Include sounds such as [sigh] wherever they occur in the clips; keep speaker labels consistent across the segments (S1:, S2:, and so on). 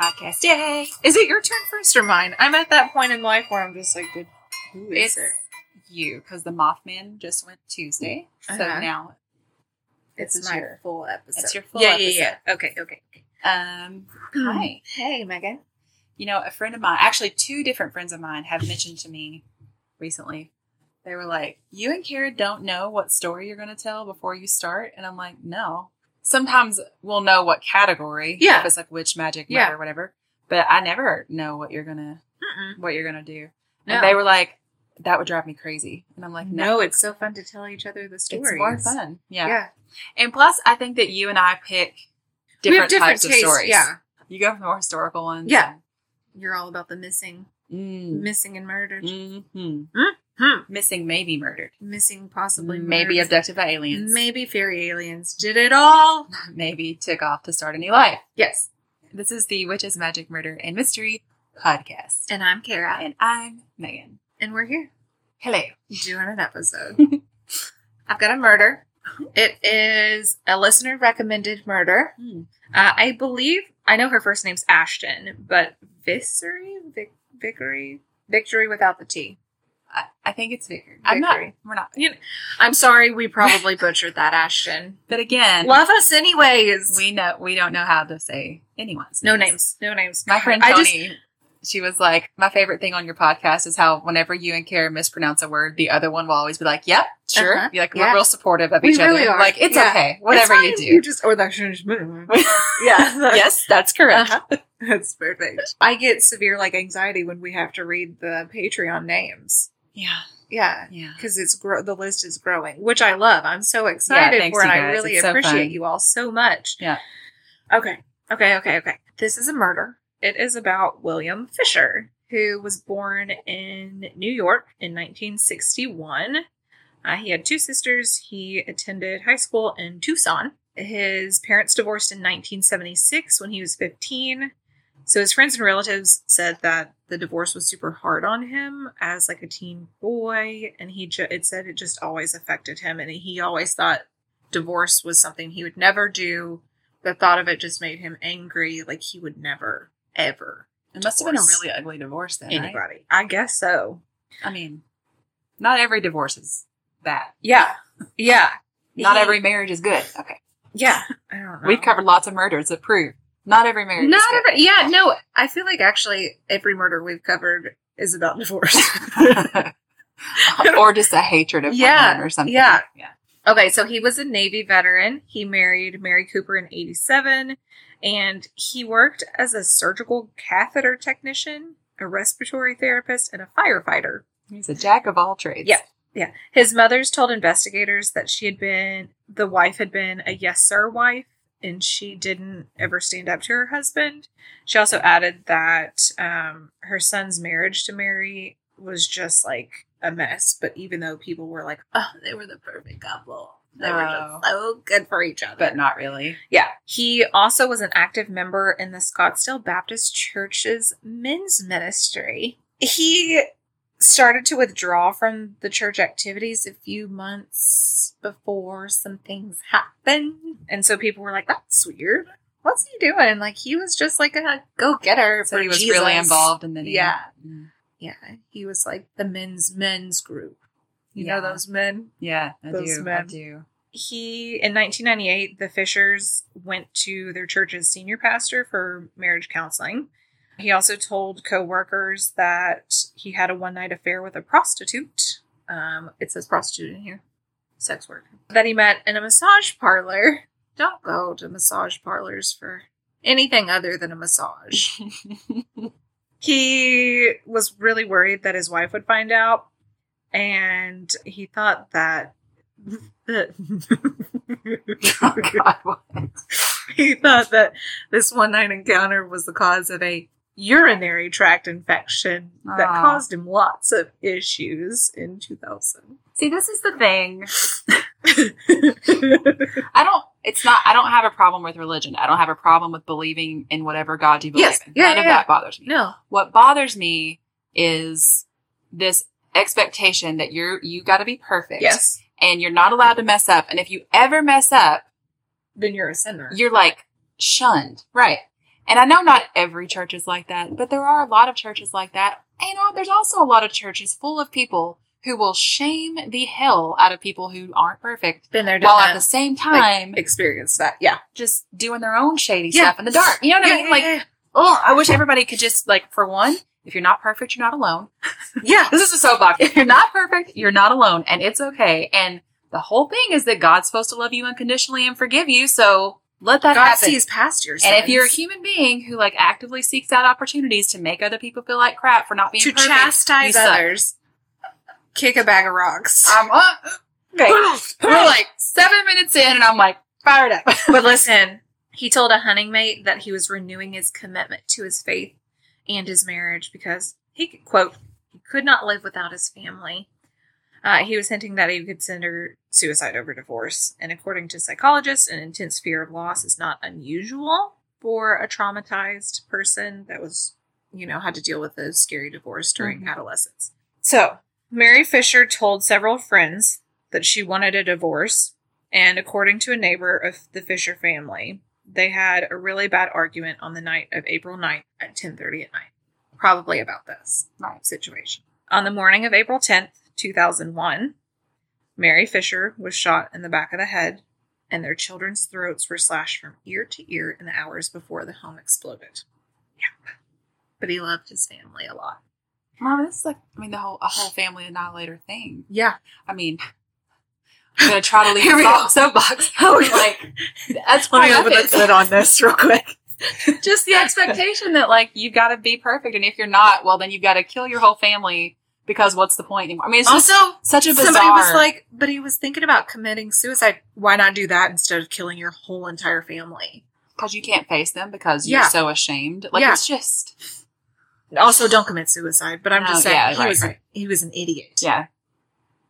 S1: podcast. Yay! Is it your turn first or mine? I'm at that point in life where I'm just like, good.
S2: Who
S1: It's
S2: is it?
S1: you because the Mothman just went Tuesday, so
S2: Uh-huh.
S1: now
S2: It's
S1: this is
S2: my
S1: your-
S2: full episode.
S1: it's your full
S2: yeah, Yeah, Hmm.
S1: episode.
S2: yeah, Okay, okay.
S1: um [clears throat] hi.
S2: Hey, Megan.
S1: you know, a friend of mine, actually two different friends of mine have mentioned to me recently. They were like, "You and Kara don't know what story you're going to tell before you start." And I'm like, "No. Sometimes we'll know what category,
S2: Yeah.
S1: if it's like witch, magic,
S2: Yeah.
S1: murder, whatever. But I never know what you're going to what you're going to do."
S2: No.
S1: And they were like, "That would drive me crazy." And I'm like, "No,
S2: no, it's so fun to tell each other the stories.
S1: it's more fun." Yeah.
S2: Yeah.
S1: And plus, I think that you and I pick
S2: We
S1: different,
S2: have different
S1: types
S2: tastes.
S1: of stories.
S2: Yeah.
S1: You go for the more historical ones.
S2: Yeah. You're all about the missing,
S1: Mm.
S2: missing and murdered.
S1: Mm-hmm.
S2: Hmm.
S1: Missing, maybe murdered.
S2: Missing, possibly
S1: Maybe
S2: murdered.
S1: abducted by aliens.
S2: Maybe fairy aliens did it all.
S1: Maybe took off to start a new life.
S2: Yes.
S1: This is the Witches, Magic, Murder, and Mystery podcast.
S2: And I'm Kara.
S1: And I'm Megan.
S2: and we're here.
S1: Hello.
S2: doing an episode. [laughs] I've got a murder. It is a listener recommended murder.
S1: Hmm.
S2: Uh, I believe I know her first name's Ashton, but Vickery, Vic, Vickery, Victory without the T.
S1: I, I think it's Vicar. I'm not.
S2: Vickery.
S1: We're not.
S2: I'm sorry, we probably butchered that, Ashton.
S1: But again,
S2: [laughs] Love us anyways.
S1: we know we don't know how to say anyone's
S2: no names, no names.
S1: My friend
S2: I
S1: Tony,
S2: just
S1: she was like, "My favorite thing on your podcast is how whenever you and Kara mispronounce a word, the other one will always be like, yep, sure.'
S2: Uh-huh.
S1: You're like
S2: Yeah.
S1: we're real supportive of
S2: We
S1: each
S2: really
S1: other.
S2: are.
S1: Like it's
S2: Yeah.
S1: okay, whatever
S2: It's
S1: you
S2: fine,
S1: do.
S2: You [laughs] just oh, or that's [laughs] yeah,
S1: yes, that's correct.
S2: Uh-huh. [laughs] that's perfect. I get severe like anxiety when we have to read the Patreon names.
S1: Yeah,
S2: Yeah,
S1: yeah.
S2: because it's gro- the list is growing, which I love. I'm so excited
S1: thanks,
S2: for, and
S1: you
S2: I
S1: guys.
S2: really
S1: It's so
S2: appreciate
S1: fun.
S2: you all so much.
S1: Yeah.
S2: Okay. Okay. Okay. Okay. This is a murder. It is about William Fisher, who was born in New York in 1961. Uh, he had two sisters. He attended high school in Tucson. His parents divorced in 1976 when he was 15. So his friends and relatives said that the divorce was super hard on him as like a teen boy, and he ju- it said it just always affected him, and he always thought divorce was something he would never do. The thought of it just made him angry, like he would never ever
S1: It must have been a
S2: Divorce.
S1: really ugly divorce then,
S2: anybody.
S1: right?
S2: I guess so.
S1: I mean, not every divorce is bad.
S2: Yeah, yeah.
S1: Not
S2: He-
S1: every marriage is good. Okay,
S2: Yeah, I don't know.
S1: we've covered lots of murders that prove not every marriage. is
S2: Not
S1: good.
S2: every, yeah, no. I feel like actually every murder we've covered is about divorce.
S1: [laughs] or just a hatred of
S2: Yeah,
S1: women or something.
S2: yeah.
S1: yeah.
S2: okay, so he was a Navy veteran. He married Mary Cooper in 87, and he worked as a surgical catheter technician, a respiratory therapist, and a firefighter.
S1: He's a jack of all trades.
S2: Yeah. Yeah. His mother's told investigators that she had been, the wife had been a yes sir wife and she didn't ever stand up to her husband. She also added that um, her son's marriage to Mary was just like a mess. But even though people were like, oh, they were the perfect couple, they were
S1: Oh.
S2: just so good for each other.
S1: but not really.
S2: Yeah. He also was an active member in the Scottsdale Baptist Church's men's ministry. He started to withdraw from the church activities a few months before some things happened. And so people were like, that's weird. What's he doing? Like, he was just like a go getter.
S1: So he was really involved, and then he,
S2: Yeah.
S1: Mm.
S2: Yeah. He was like the men's men's group. You know
S1: Yeah.
S2: those men?
S1: yeah, I
S2: Those
S1: do, I
S2: men. [laughs]
S1: do.
S2: he in 1998 the fishers went to their church's senior pastor for marriage counseling he also told co-workers that he had a one-night affair with a prostitute um, it says prostitute in here sex worker that he met in a massage parlor don't go to massage parlors for anything other than a massage he was really worried that his wife would find out and he thought that [laughs]
S1: oh God, what?
S2: he thought that this one night encounter was the cause of a urinary tract infection that
S1: Ah.
S2: caused him lots of issues in
S1: [laughs]
S2: 2000
S1: See, this is the thing. I don't. It's not. I don't have a problem with religion. I don't have a problem with believing in whatever God you believe
S2: Yes.
S1: in.
S2: Yeah,
S1: None
S2: yeah,
S1: of
S2: yeah.
S1: that bothers me.
S2: no
S1: What bothers me is this expectation that you're you got to be perfect.
S2: yes
S1: And you're not allowed to mess up. And if you ever mess up,
S2: then you're a sinner
S1: you're like shunned. Right. And I know not every church is like that, but there are a lot of churches like that. And you know, what? there's also a lot of churches full of people who will shame the hell out of people who aren't perfect,
S2: Been there, done
S1: while at the
S2: that.
S1: same time
S2: Experienced that. Yeah.
S1: just doing their own shady
S2: Yeah.
S1: stuff in the dark. You know what I mean? Like, oh, I wish everybody could just like, for one, if you're not perfect, you're not alone.
S2: yeah.
S1: This is a soapbox. If you're not perfect, you're not alone, and it's okay. And the whole thing is that God's supposed to love you unconditionally and forgive you. So let that
S2: God
S1: happen.
S2: sees past your
S1: and if you're a
S2: sins.
S1: human being who like actively seeks out opportunities to make other people feel like crap for not being
S2: to
S1: perfect, you
S2: chastise
S1: suck.
S2: others, kick a bag of rocks.
S1: I'm uh, okay. [laughs] We're like seven minutes in, and I'm like fired
S2: [laughs]
S1: up.
S2: but listen, he told a hunting mate that he was renewing his commitment to his faith and his marriage because he could quote he could not live without his family. Uh, he was hinting that he could consider suicide over divorce, and according to psychologists, an intense fear of loss is not unusual for a traumatized person that was, you know, had to deal with a scary divorce during
S1: Mhm.
S2: adolescence. So, Mary Fisher told several friends that she wanted a divorce and according to a neighbor of the Fisher family, they had a really bad argument on the night of April 9th at 10:30 at night, probably about this
S1: Right.
S2: situation. On the morning of April 10th, 2001, Mary Fisher was shot in the back of the head and their children's throats were slashed from ear to ear in the hours before the home exploded. Yep. But he loved his family a lot.
S1: Mom, this is like I mean the whole a whole family annihilator thing.
S2: Yeah.
S1: I mean, I'm gonna try to leave
S2: Here we
S1: this
S2: go. Oh,
S1: off soapbox.
S2: [laughs]
S1: like that's
S2: Let
S1: part
S2: me
S1: of
S2: open the
S1: [laughs] it.
S2: lid on this real quick.
S1: Just the expectation that like you've got to be perfect, and if you're not, well, then you've got to kill your whole family because what's the point anymore? I mean, it's just
S2: Also,
S1: such a bizarre.
S2: Somebody was like, but he was thinking about committing suicide. Why not do that instead of killing your whole entire family?
S1: because you can't face them because you're
S2: Yeah.
S1: so ashamed. Like
S2: Yeah.
S1: it's just
S2: Also, don't commit suicide. But I'm
S1: No,
S2: just saying,
S1: Oh, yeah,
S2: he
S1: right,
S2: was
S1: right.
S2: he was an idiot.
S1: yeah.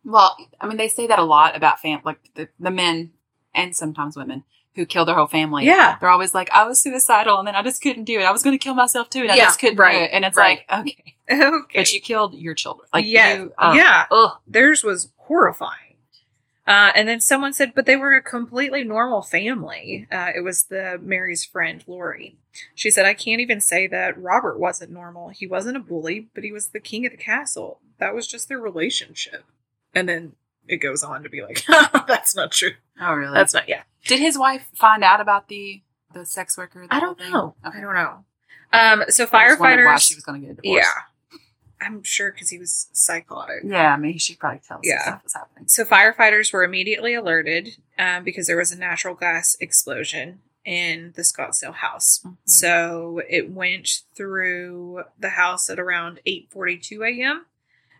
S1: Well, I mean, they say that a lot about fam, like the, the men and sometimes women who kill their whole family.
S2: yeah,
S1: They're always like, I was suicidal and then I just couldn't do it. I was going to kill myself too and I
S2: Yeah,
S1: just couldn't do
S2: right,
S1: it. And it's
S2: right.
S1: like, okay.
S2: [laughs] okay.
S1: But you killed your children. Like,
S2: yeah,
S1: you, uh,
S2: yeah.
S1: Ugh.
S2: Theirs was horrifying. Uh, and then someone said, but they were a completely normal family. Uh, it was the Mary's friend Lori. She said, I can't even say that Robert wasn't normal. He wasn't a bully, but he was the king of the castle. That was just their relationship. And then it goes on to be like, [laughs] that's not true.
S1: Oh, really?
S2: That's not, yeah.
S1: Did his wife find out about the the sex worker? the
S2: I
S1: whole
S2: don't
S1: thing?
S2: know.
S1: Okay.
S2: I don't know. Um, so
S1: I just wondered Why
S2: firefighters,
S1: she was going to get a divorce.
S2: yeah, I'm sure because he was psychotic.
S1: Yeah. I mean, she probably tells
S2: Yeah.
S1: us stuff was happening.
S2: So firefighters were immediately alerted um, because there was a natural gas explosion in the Scottsdale house.
S1: Mhm.
S2: So it went through the house at around 8:42 a.m.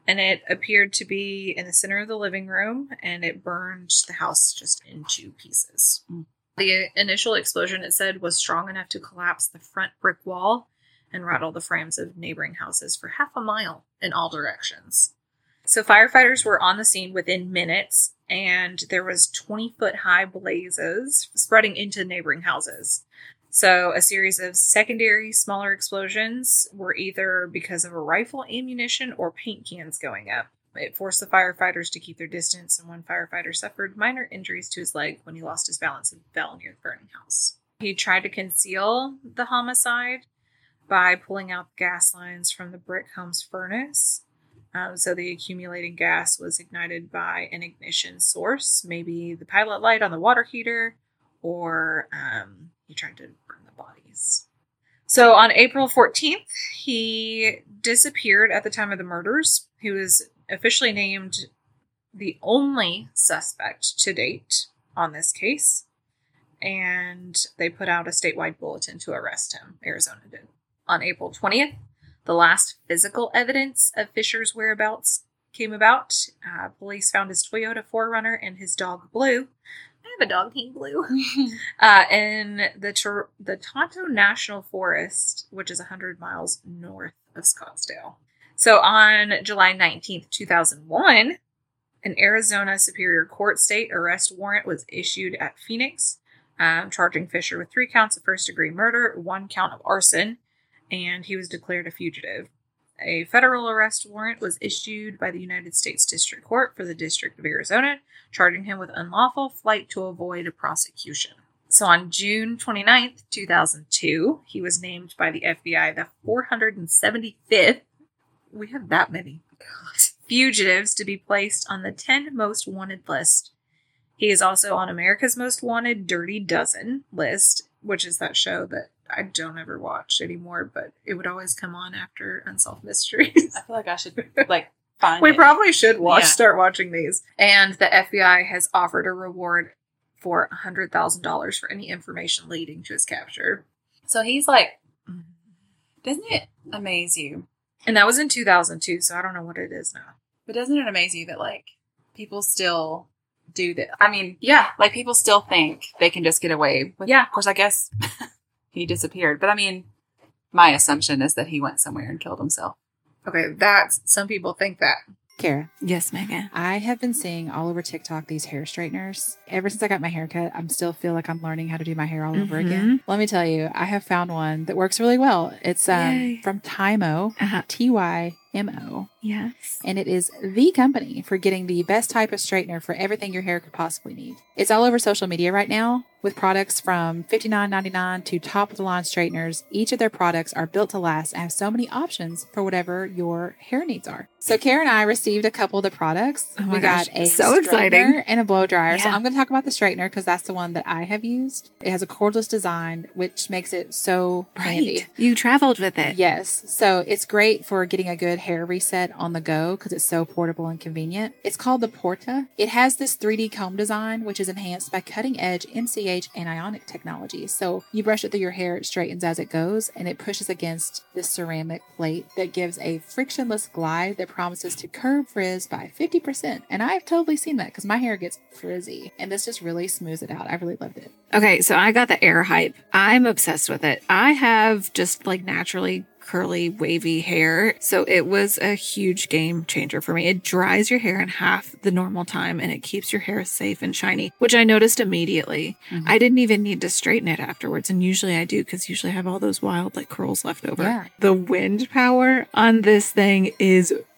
S2: and it appeared to be in the center of the living room and it burned the house just into pieces.
S1: Mm.
S2: The initial explosion it said was strong enough to collapse the front brick wall and rattle the frames of neighboring houses for half a mile in all directions. So firefighters were on the scene within minutes, and there was 20 foot high blazes spreading into neighboring houses. So a series of secondary smaller explosions were either because of a rifle ammunition or paint cans going up. It forced the firefighters to keep their distance, and one firefighter suffered minor injuries to his leg when he lost his balance and fell near the burning house. He tried to conceal the homicide by pulling out gas lines from the brick home's furnace. Um, so the accumulating gas was ignited by an ignition source, maybe the pilot light on the water heater, or um, he tried to burn the bodies. So on April 14th, he disappeared at the time of the murders. He was officially named the only suspect to date on this case. And they put out a statewide bulletin to arrest him. Arizona did. On April 20th, the last physical evidence of Fisher's whereabouts came about. Uh, police found his Toyota 4Runner and his dog Blue. I have a dog named Blue. [laughs]
S1: Mm-hmm. [laughs]
S2: Uh, in the Tor- the Tonto National Forest, which is 100 miles north of Scottsdale. So on July 19th, 2001, an Arizona Superior Court state arrest warrant was issued at Phoenix, um, charging Fisher with three counts of first degree murder, one count of arson, and he was declared a fugitive. A federal arrest warrant was issued by the United States District Court for the District of Arizona, charging him with unlawful flight to avoid prosecution. So on June 29th, 2002, he was named by the FBI the 475th. We have that many. Fugitives to be placed on the 10 most wanted list. He is also on America's Most Wanted Dirty Dozen list, which is that show that I don't ever watch anymore, but it would always come on after Unsolved Mysteries.
S3: I feel like I should like find.
S2: we
S3: it.
S2: probably should watch
S3: Yeah.
S2: start watching these. And the FBI has offered a reward for $100,000 for any information leading to his capture.
S3: So he's like, doesn't it amaze you?
S2: And that was in 2002, so I don't know what it is now.
S3: But doesn't it amaze you that like people still do that? I mean,
S2: Yeah.
S3: like people still think they can just get away. With,
S2: Yeah.
S3: Of course, I guess [laughs] he disappeared, but I mean, my assumption is that he went somewhere and killed himself.
S2: Okay, that's some people think that.
S1: Kara,
S3: Yes, Megan.
S1: I have been seeing all over TikTok these hair straighteners. Ever since I got my hair cut, I'm still feel like I'm learning how to do my hair all over
S2: Mhm.
S1: again. Let me tell you, I have found one that works really well. It's um,
S2: Yay.
S1: from Tymo,
S2: Uh-huh.
S1: T Y M O,
S2: Yes.
S1: and it is the company for getting the best type of straightener for everything your hair could possibly need. It's all over social media right now with products from $59.99 to top of the line straighteners. Each of their products are built to last and have so many options for whatever your hair needs are. So Karen and I received a couple of the products.
S2: Oh my
S1: we
S2: gosh,
S1: got a
S2: so
S1: straightener
S2: exciting.
S1: and a blow dryer. So
S2: Yeah.
S1: I'm going to talk about the straightener because that's the one that I have used. It has a cordless design, which makes it so handy.
S2: You traveled with it.
S1: Yes. So it's great for getting a good hair reset on the go because it's so portable and convenient. It's called the Porta. It has this 3D comb design, which is enhanced by cutting edge MCH and ionic technology. So you brush it through your hair, it straightens as it goes, and it pushes against this ceramic plate that gives a frictionless glide that promises to curb frizz by 50%. And I've totally seen that because my hair gets frizzy. And this just really smooths it out. I really loved it.
S4: Okay, so I got the air hype. I'm obsessed with it. I have just like naturally curly, wavy hair. So it was a huge game changer for me. It dries your hair in half the normal time and it keeps your hair safe and shiny, which I noticed immediately.
S1: Mhm.
S4: I didn't even need to straighten it afterwards. And usually I do because usually I have all those wild like curls left over.
S1: Yeah.
S4: The wind power on this thing is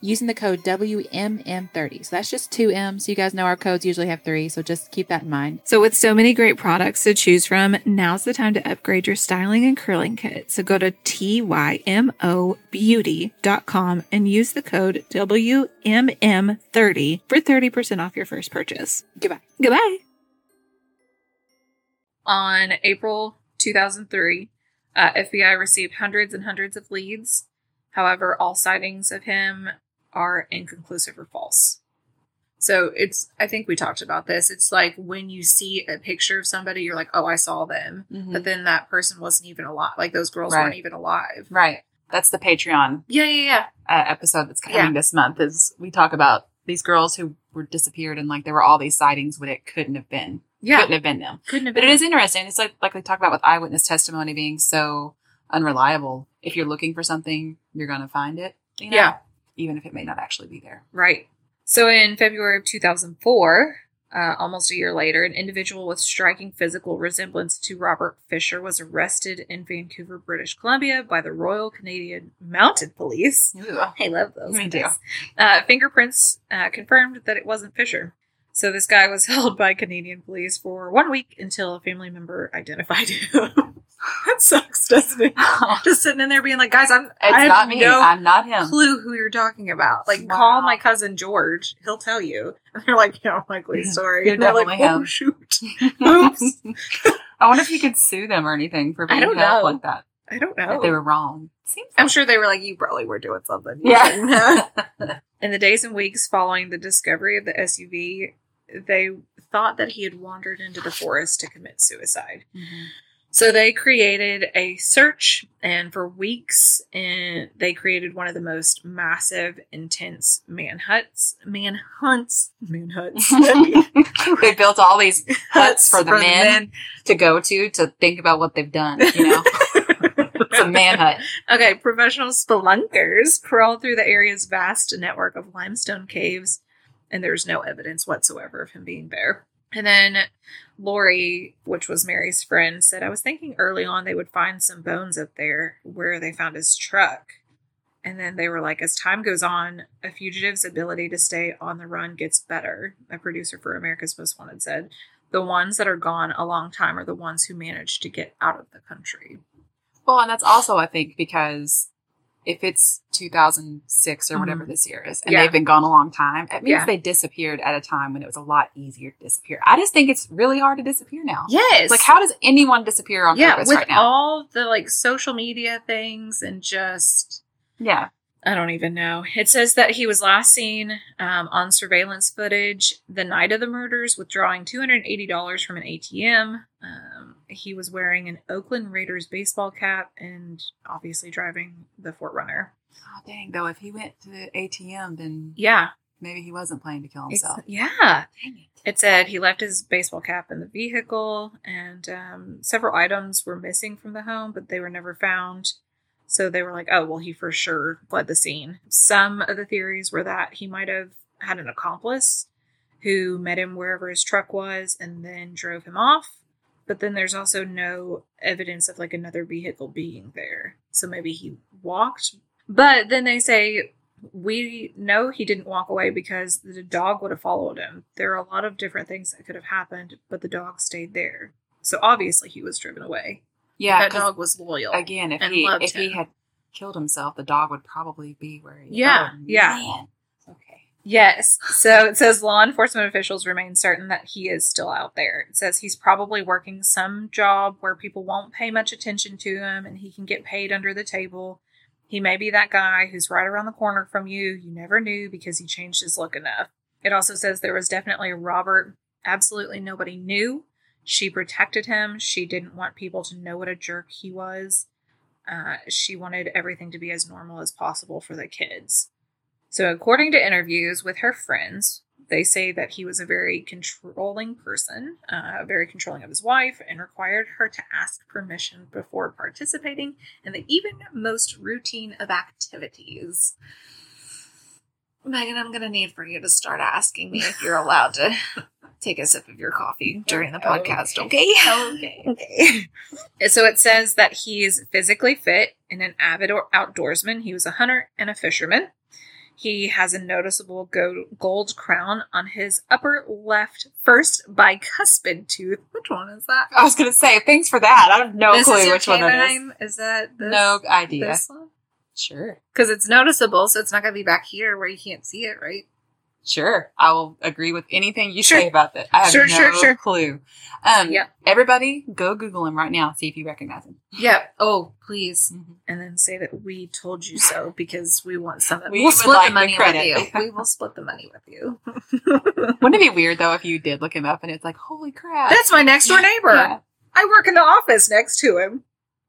S1: using the code WMM30. So that's just two M's. You guys know our codes usually have three, so just keep that in mind.
S4: So, with so many great products to choose from, now's the time to upgrade your styling and curling kit. So, go to TYMOBeauty.com and use the code WMM30 for 30% off your first purchase.
S1: Goodbye.
S4: Goodbye.
S2: On April 2003, uh, FBI received hundreds and hundreds of leads. However, all sightings of him are inconclusive or false. So it's, I think we talked about this. It's like when you see a picture of somebody, you're like, oh, I saw them. But then that person wasn't even alive. Like those girls
S3: Mm-hmm. Right.
S2: weren't even alive.
S3: Right. That's the Patreon
S2: Yeah, yeah, yeah.
S3: uh, episode that's coming
S2: Yeah.
S3: this month. Is we talk about these girls who were disappeared and like there were all these sightings when it couldn't have been
S2: Yeah.
S3: couldn't have been them.
S2: Couldn't have
S3: But it is interesting. It's like like we talk about with eyewitness testimony being so unreliable. If you're looking for something, you're going to find it. You know?
S2: Yeah.
S3: Even if it may not actually be there.
S2: Right. So in February of 2004, uh, almost a year later, an individual with striking physical resemblance to Robert Fisher was arrested in Vancouver, British Columbia by the Royal Canadian Mounted Police. [laughs] I love those.
S3: Me
S2: guys. Uh, fingerprints uh, confirmed that it wasn't Fisher. So this guy was [laughs] held by Canadian police for one week until a family member identified him. [laughs] that sucks, doesn't
S3: [laughs]
S2: it?
S3: it's
S2: Just sitting in there being like, guys, I'm I have
S3: not me.
S2: no
S3: I'm not him.
S2: clue who you're talking about. Like,
S3: Wow.
S2: call my cousin George; he'll tell you. [laughs] And they're like, "Yeah, I'm likely sorry."
S3: You're
S2: and they're like,
S3: definitely
S2: "Oh
S3: him."
S2: shoot!" [laughs] Oops.
S3: [laughs] I wonder if you could sue them or anything for being
S2: I don't
S3: held
S2: know.
S3: like that.
S2: I don't
S3: If they
S2: know.
S3: were wrong. Seems
S2: I'm sure they were like, "You probably were doing something." [laughs] uh,
S3: Yeah. [laughs]
S2: In the days and weeks following the discovery of the SUV, they thought that he had wandered into the forest to commit suicide.
S3: mm-hmm.
S2: So they created a search, and for weeks, and they created one of the most massive, intense manhunts, manhunts,
S3: [laughs]
S2: manhunts.
S3: they built all these huts for the men,
S2: men.
S3: [laughs]
S2: [laughs]
S3: to go to to think about what they've done. You know,
S5: a manhunt.
S2: Okay, professional spelunkers crawl through the area's vast network of limestone caves, and there's no evidence whatsoever of him being there. And then Lori, which was Mary's friend, said, I was thinking early on they would find some bones up there where they found his truck. And then they were like, as time goes on, a fugitive's ability to stay on the run gets better, a producer for America's Most Wanted said. The ones that are gone a long time are the ones who manage to get out of the country.
S3: Well, and that's also I think because if it's 2006 or whatever
S2: Mhm.
S3: this year is, and
S2: Yeah.
S3: they've been gone a long time, it means
S2: Yeah.
S3: they disappeared at a time when it was a lot easier to disappear. I just think it's really hard to disappear now.
S2: Yes.
S3: It's Like, how does anyone disappear on
S2: yeah,
S3: purpose
S2: with
S3: right now?
S2: all the like social media things and just
S3: yeah,
S2: I don't even know. It says that he was last seen um, on surveillance footage the night of the murders, withdrawing two hundred eighty dollars from an ATM. Um, he was wearing an Oakland Raiders baseball cap and obviously driving the Fort Runner.
S3: oh, dang though, if he went to the ATM, then
S2: Yeah,
S3: maybe he wasn't planning to kill
S2: Ex-
S3: himself.
S2: yeah.
S3: Dang it.
S2: It said he left his baseball cap in the vehicle, and um, several items were missing from the home, but they were never found. So they were like, oh, well, he for sure fled the scene. Some of the theories were that he might have had an accomplice who met him wherever his truck was and then drove him off. But then there's also no evidence of like another vehicle being there. So maybe he walked. But then they say we know he didn't walk away because the dog would have followed him. There are a lot of different things that could have happened, but the dog stayed there. So obviously he was driven away.
S3: Yeah,
S2: that
S3: 'cause
S2: dog was loyal.
S3: again, if
S2: and
S3: he
S2: loved
S3: if he
S2: him.
S3: had killed himself, the dog would probably be where he.
S2: Yeah,
S3: oh,
S2: yeah.
S3: man. Okay.
S2: Yes. So it says law enforcement officials remain certain that he is still out there. It says he's probably working some job where people won't pay much attention to him and he can get paid under the table. He may be that guy who's right around the corner from you. You never knew because he changed his look enough. It also says there was definitely a Robert. Absolutely nobody knew. She protected him. She didn't want people to know what a jerk he was. Uh, she wanted everything to be as normal as possible for the kids. So, according to interviews with her friends, they say that he was a very controlling person, uh, very controlling of his wife, and required her to ask permission before participating in the even most routine of activities. Megan, I'm going to need for you to start asking me if you're allowed [laughs] to take a sip of your coffee during the podcast, okay?
S3: Okay.
S2: Okay. [laughs] so it says that he is physically fit and an avid or- outdoorsman. He was a hunter and a fisherman. He has a noticeable go- gold crown on his upper left first bicuspid tooth. Which one is that?
S3: I was gonna say thanks for that. I have Oh, no
S2: This is
S3: clue
S2: your
S3: which one that is.
S2: canine? Is that this,
S3: No idea.
S2: this one?
S3: Sure.
S2: Because it's noticeable, so it's not going to be back here where you can't see it, right?
S3: [laughs] Sure. I will agree with anything you
S2: Sure.
S3: say about that. I have
S2: Sure,
S3: no
S2: sure, sure.
S3: clue. Um,
S2: Yeah.
S3: Everybody, go Google him right now. See if you recognize him.
S2: Yeah. Oh, please.
S3: Mm-hmm.
S2: And then say that we told you so because we want some.
S3: We
S2: We will
S3: would
S2: split
S3: like
S2: the
S3: the
S2: money with
S3: credit.
S2: you.
S3: [laughs]
S2: We will split the money with you. [laughs]
S3: Wouldn't it be weird though if you did look him up and it's like, holy crap.
S2: That's my next door neighbor.
S3: Yeah.
S2: I work in the office next to him.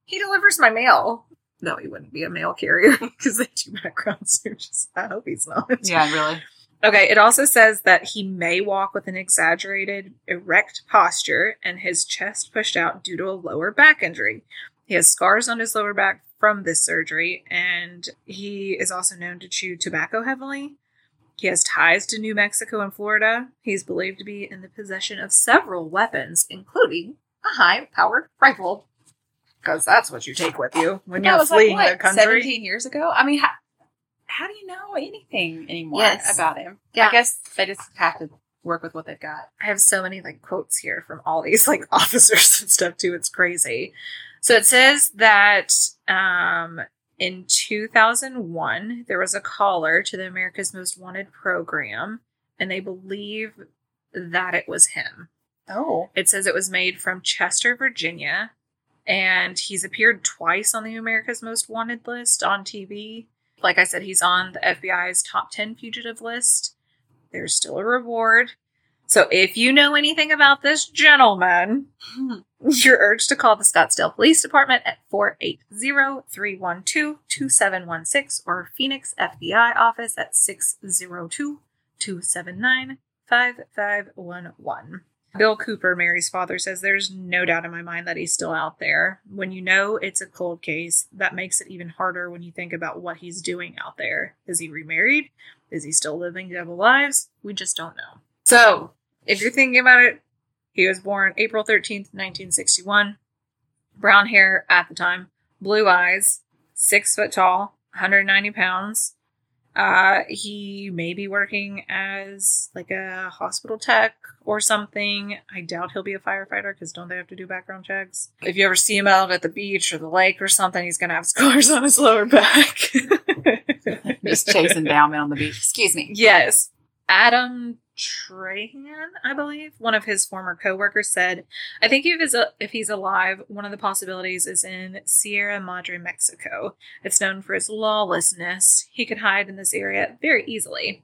S2: He delivers my mail. No, he wouldn't be a mail carrier [laughs] because they do background searches. I hope he's not.
S3: Yeah, really.
S2: Okay, it also says that he may walk with an exaggerated erect posture and his chest pushed out due to a lower back injury. He has scars on his lower back from this surgery, and he is also known to chew tobacco heavily. He has ties to New Mexico and Florida. He's believed to be in the possession of several weapons, including a high powered rifle. Because that's what you take with you when
S3: Yeah, it
S2: you're
S3: was like
S2: fleeing the
S3: what,
S2: country.
S3: seventeen years ago. I mean, how, how do you know anything anymore
S2: Yes.
S3: about him?
S2: Yeah.
S3: I guess they just have to work with what they've got.
S2: I have so many like quotes here from all these like [laughs] officers and stuff too. It's crazy. So it says that um, in 2001 there was a caller to the America's Most Wanted program, and they believe that it was him.
S3: Oh,
S2: It says it was made from Chester, Virginia, and he's appeared twice on the America's Most Wanted list on TV. Like I said, he's on the FBI's top 10 fugitive list. There's still a reward. So if you know anything about this gentleman, you're urged to call the Scottsdale Police Department at 480 312 2716 or Phoenix FBI office at 602 279 5511. Bill Cooper, Mary's father, says there's no doubt in my mind that he's still out there. When you know it's a cold case, that makes it even harder when you think about what he's doing out there. Is he remarried? Is he still living double lives? We just don't know. So, if you're thinking about it, he was born April 13th, 1961. Brown hair at the time, blue eyes, six foot tall, 190 pounds. Uh, he may be working as like a hospital tech or something. I doubt he'll be a firefighter because don't they have to do background checks? If you ever see him out at the beach or the lake or something, he's gonna have [laughs] scars on his lower back. [laughs]
S3: Just chasing down men on the beach. Excuse [laughs] me.
S2: Yes. Adam Trahan, I believe, one of his former coworkers said, "I think if he's if he's alive, one of the possibilities is in Sierra Madre, Mexico. It's known for its lawlessness. He could hide in this area very easily."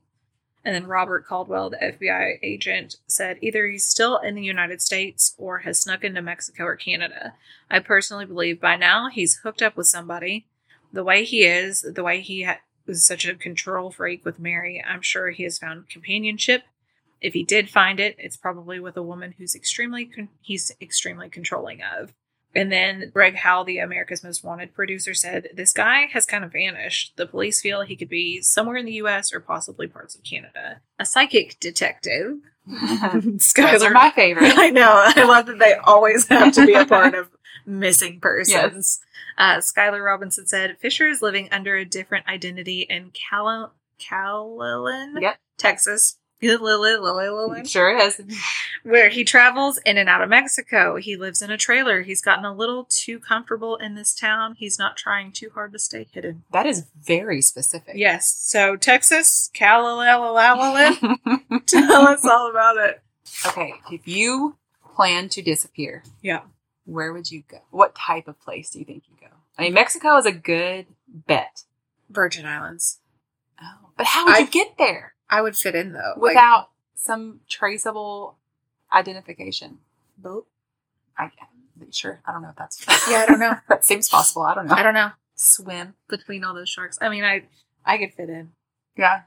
S2: And then Robert Caldwell, the FBI agent, said, "Either he's still in the United States or has snuck into Mexico or Canada. I personally believe by now he's hooked up with somebody. The way he is, the way he ha- was such a control freak with Mary, I'm sure he has found companionship. If he did find it, it's probably with a woman who's extremely con- he's extremely controlling of. And then Greg Howell, the America's Most Wanted producer, said this guy has kind of vanished. The police feel he could be somewhere in the U.S. or possibly parts of Canada. A psychic detective. [laughs]
S3: Those are
S2: Skylar-
S3: my [laughs] favorite.
S2: [laughs] I know. I love that they always have to be a part
S3: [laughs]
S2: of missing persons. Uh, Skylar Robinson said Fisher is living under a different identity in Calla- Callalin,
S3: Yep.
S2: Texas. [laughs]
S3: [laughs]
S2: Callalin?
S3: Sure is.
S2: where he travels in and out of Mexico. He lives in a trailer. He's gotten a little too comfortable in this town. He's not trying too hard to stay hidden.
S3: That is very specific.
S2: Yes. So Texas,
S3: [laughs]
S2: Callalin, tell us all about it.
S3: okay. If you plan to disappear,
S2: Yeah.
S3: where would you go? What type of place do you think you go? I mean, Mexico is a good bet.
S2: Virgin Islands.
S3: Oh, but how would
S2: I-
S3: you get there
S2: I would fit in though. like-
S3: without some traceable identification?
S2: boat.
S3: I sure. I don't know if that's
S2: Yeah, I don't know.
S3: [laughs] that seems possible. I don't know.
S2: I don't know.
S3: swim.
S2: Between all those sharks, I mean, I I could fit in.
S3: Yeah,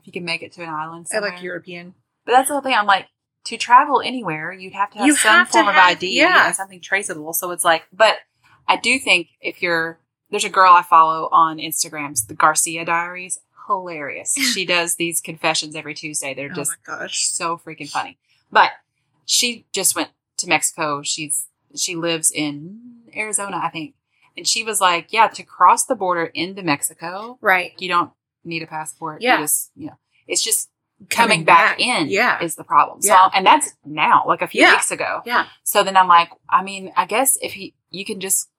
S3: if you can make it to an island.
S2: I
S3: Somewhere.
S2: like European.
S3: But that's the whole thing. I'm like, to travel anywhere, you'd have to have
S2: You
S3: some
S2: have to
S3: form of
S2: have-
S3: ID,
S2: yeah.
S3: yeah, something traceable. So it's like, but I do think if you're there's a girl I follow on Instagrams, the Garcia Diaries,
S2: [laughs]
S3: hilarious. she does these confessions every Tuesday. They're just
S2: oh my gosh.
S3: so freaking funny. But she just went to Mexico. She's she lives in Arizona, I think, and she was like, yeah, to cross the border into Mexico,
S2: Right.
S3: you don't need a passport.
S2: Yeah.
S3: You just, you know, it's just coming, back, in
S2: Yeah.
S3: is the problem. So,
S2: Yeah.
S3: and that's now, like a few
S2: Yeah.
S3: weeks ago.
S2: Yeah.
S3: So then I'm like, I mean, I guess if he, you can just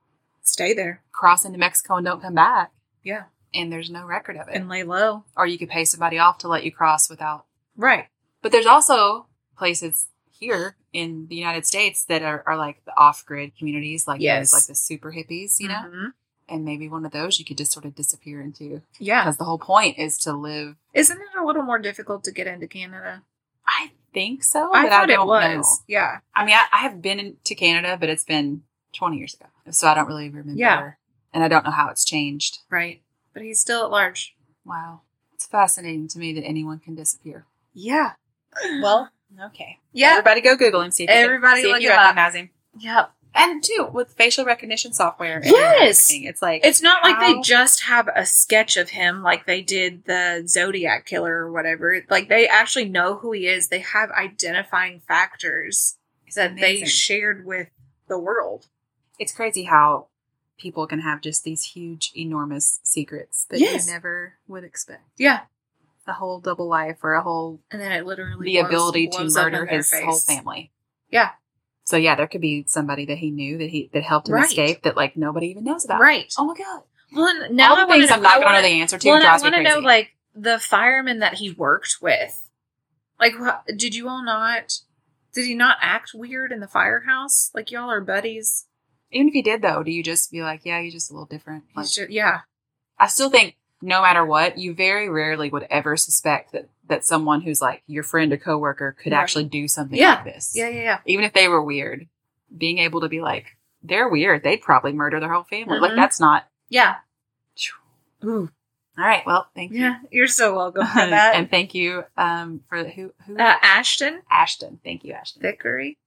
S2: Stay there
S3: cross into Mexico and don't come back.
S2: Yeah.
S3: And there's no record of it.
S2: and lay low.
S3: or you could pay somebody off to let you cross without.
S2: Right.
S3: But there's also places here in the United States that are, are like the off grid communities, like
S2: Yes.
S3: those, like the super hippies, you know?
S2: Mhm.
S3: And maybe one of those you could just sort of disappear into.
S2: Yeah.
S3: Because the whole point is to live
S2: Isn't it a little more difficult to get into Canada?
S3: I think so.
S2: Oh, I
S3: but
S2: thought it
S3: don't
S2: was.
S3: know.
S2: Yeah.
S3: I mean, I, I have been in- to Canada, but it's been 20 years ago. So I don't really remember.
S2: Yeah.
S3: And I don't know how it's changed.
S2: Right. But he's still at large.
S3: Wow. It's fascinating to me that anyone can disappear.
S2: [clears throat] Yeah.
S3: Well, [sighs] okay.
S2: Yeah.
S3: Everybody go Google him. See if you can-
S2: Everybody
S3: see if
S2: look
S3: you
S2: him up.
S3: recognize him.
S2: Yeah.
S3: And too, with facial recognition software. And
S2: Yes.
S3: everything, It's like,
S2: It's not like they
S3: How-
S2: just have a sketch of him like they did the Zodiac killer or whatever. Like they actually know who he is. They have identifying factors
S3: it's
S2: that they
S3: amazing.
S2: shared with the world.
S3: it's crazy how people can have just these huge, enormous secrets that
S2: Yes.
S3: you never would expect.
S2: Yeah.
S3: A whole double life or a whole
S2: And then it literally
S3: the
S2: blows-
S3: ability to
S2: blows up
S3: murder
S2: in their
S3: his
S2: face.
S3: whole family.
S2: Yeah.
S3: So yeah, there could be somebody that he knew that he that helped him
S2: Right.
S3: escape that like nobody even knows about.
S2: Right.
S3: Oh my god!
S2: Well, and now
S3: All
S2: I
S3: the
S2: want
S3: things
S2: to
S3: I'm not
S2: I
S3: going to
S2: wanna-
S3: know the answer to
S2: Well, and I
S3: drives me
S2: want to
S3: crazy.
S2: know like the firemen that he worked with. Like, wh- did you all not? Did he not act weird in the firehouse? Like y'all are buddies.
S3: even if he did though, do you just be like, yeah, you're just a little different? Like,
S2: He's ju- yeah,
S3: I still think no matter what, you very rarely would ever suspect that that someone who's like your friend or coworker could
S2: Right.
S3: actually do something
S2: Yeah.
S3: like this.
S2: yeah, yeah, yeah.
S3: Even if they were weird, being able to be like,
S2: Mm-hmm.
S3: they're weird. They'd probably murder their whole family. Like
S2: Mhm.
S3: that's not.
S2: Yeah.
S3: Phew.
S2: Ooh.
S3: All right. Well, thank you. [laughs]
S2: Yeah, you're so welcome for that.
S3: and thank you um, for who who
S2: uh, Ashton
S3: Ashton. Thank you, Ashton.
S2: Vickery.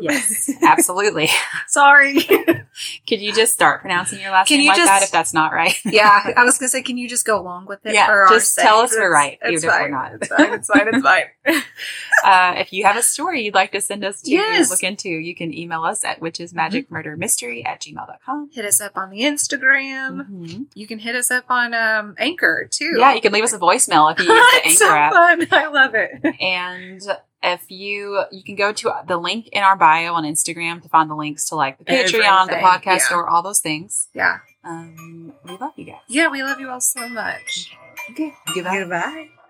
S3: Yes, [laughs] absolutely.
S2: [laughs] Sorry.
S3: Could you just start pronouncing your last
S2: Can
S3: name
S2: you
S3: like that
S2: just-
S3: if that's
S2: [laughs]
S3: not right?
S2: [laughs]
S3: [laughs]
S2: yeah, I was gonna say, can you just go along with it?
S3: Yeah,
S2: for our
S3: just
S2: sake?
S3: tell us
S2: It's-
S3: we're right,
S2: It's
S3: even if we're
S2: fine,
S3: not.
S2: It's fine. It's fine. It's fine. [laughs]
S3: uh, if you have a story you'd like to send us to
S2: Yes.
S3: look into, you can email us at witchesmagicmurdermystery at gmail.com.
S2: Hit us up on the Instagram.
S3: Mm-hmm.
S2: You can hit us up on um, Anchor too.
S3: Yeah, you can leave us a voicemail if you
S2: [laughs] it's
S3: use
S2: so
S3: the Anchor app.
S2: fun. [laughs] I love it.
S3: and if you you can go to the link in our bio on instagram to find the links to like the patreon the
S2: Everything,
S3: podcast
S2: yeah.
S3: store all those things
S2: Yeah.
S3: um we love you guys
S2: Yeah, we love you all so much.
S3: okay
S2: Goodbye.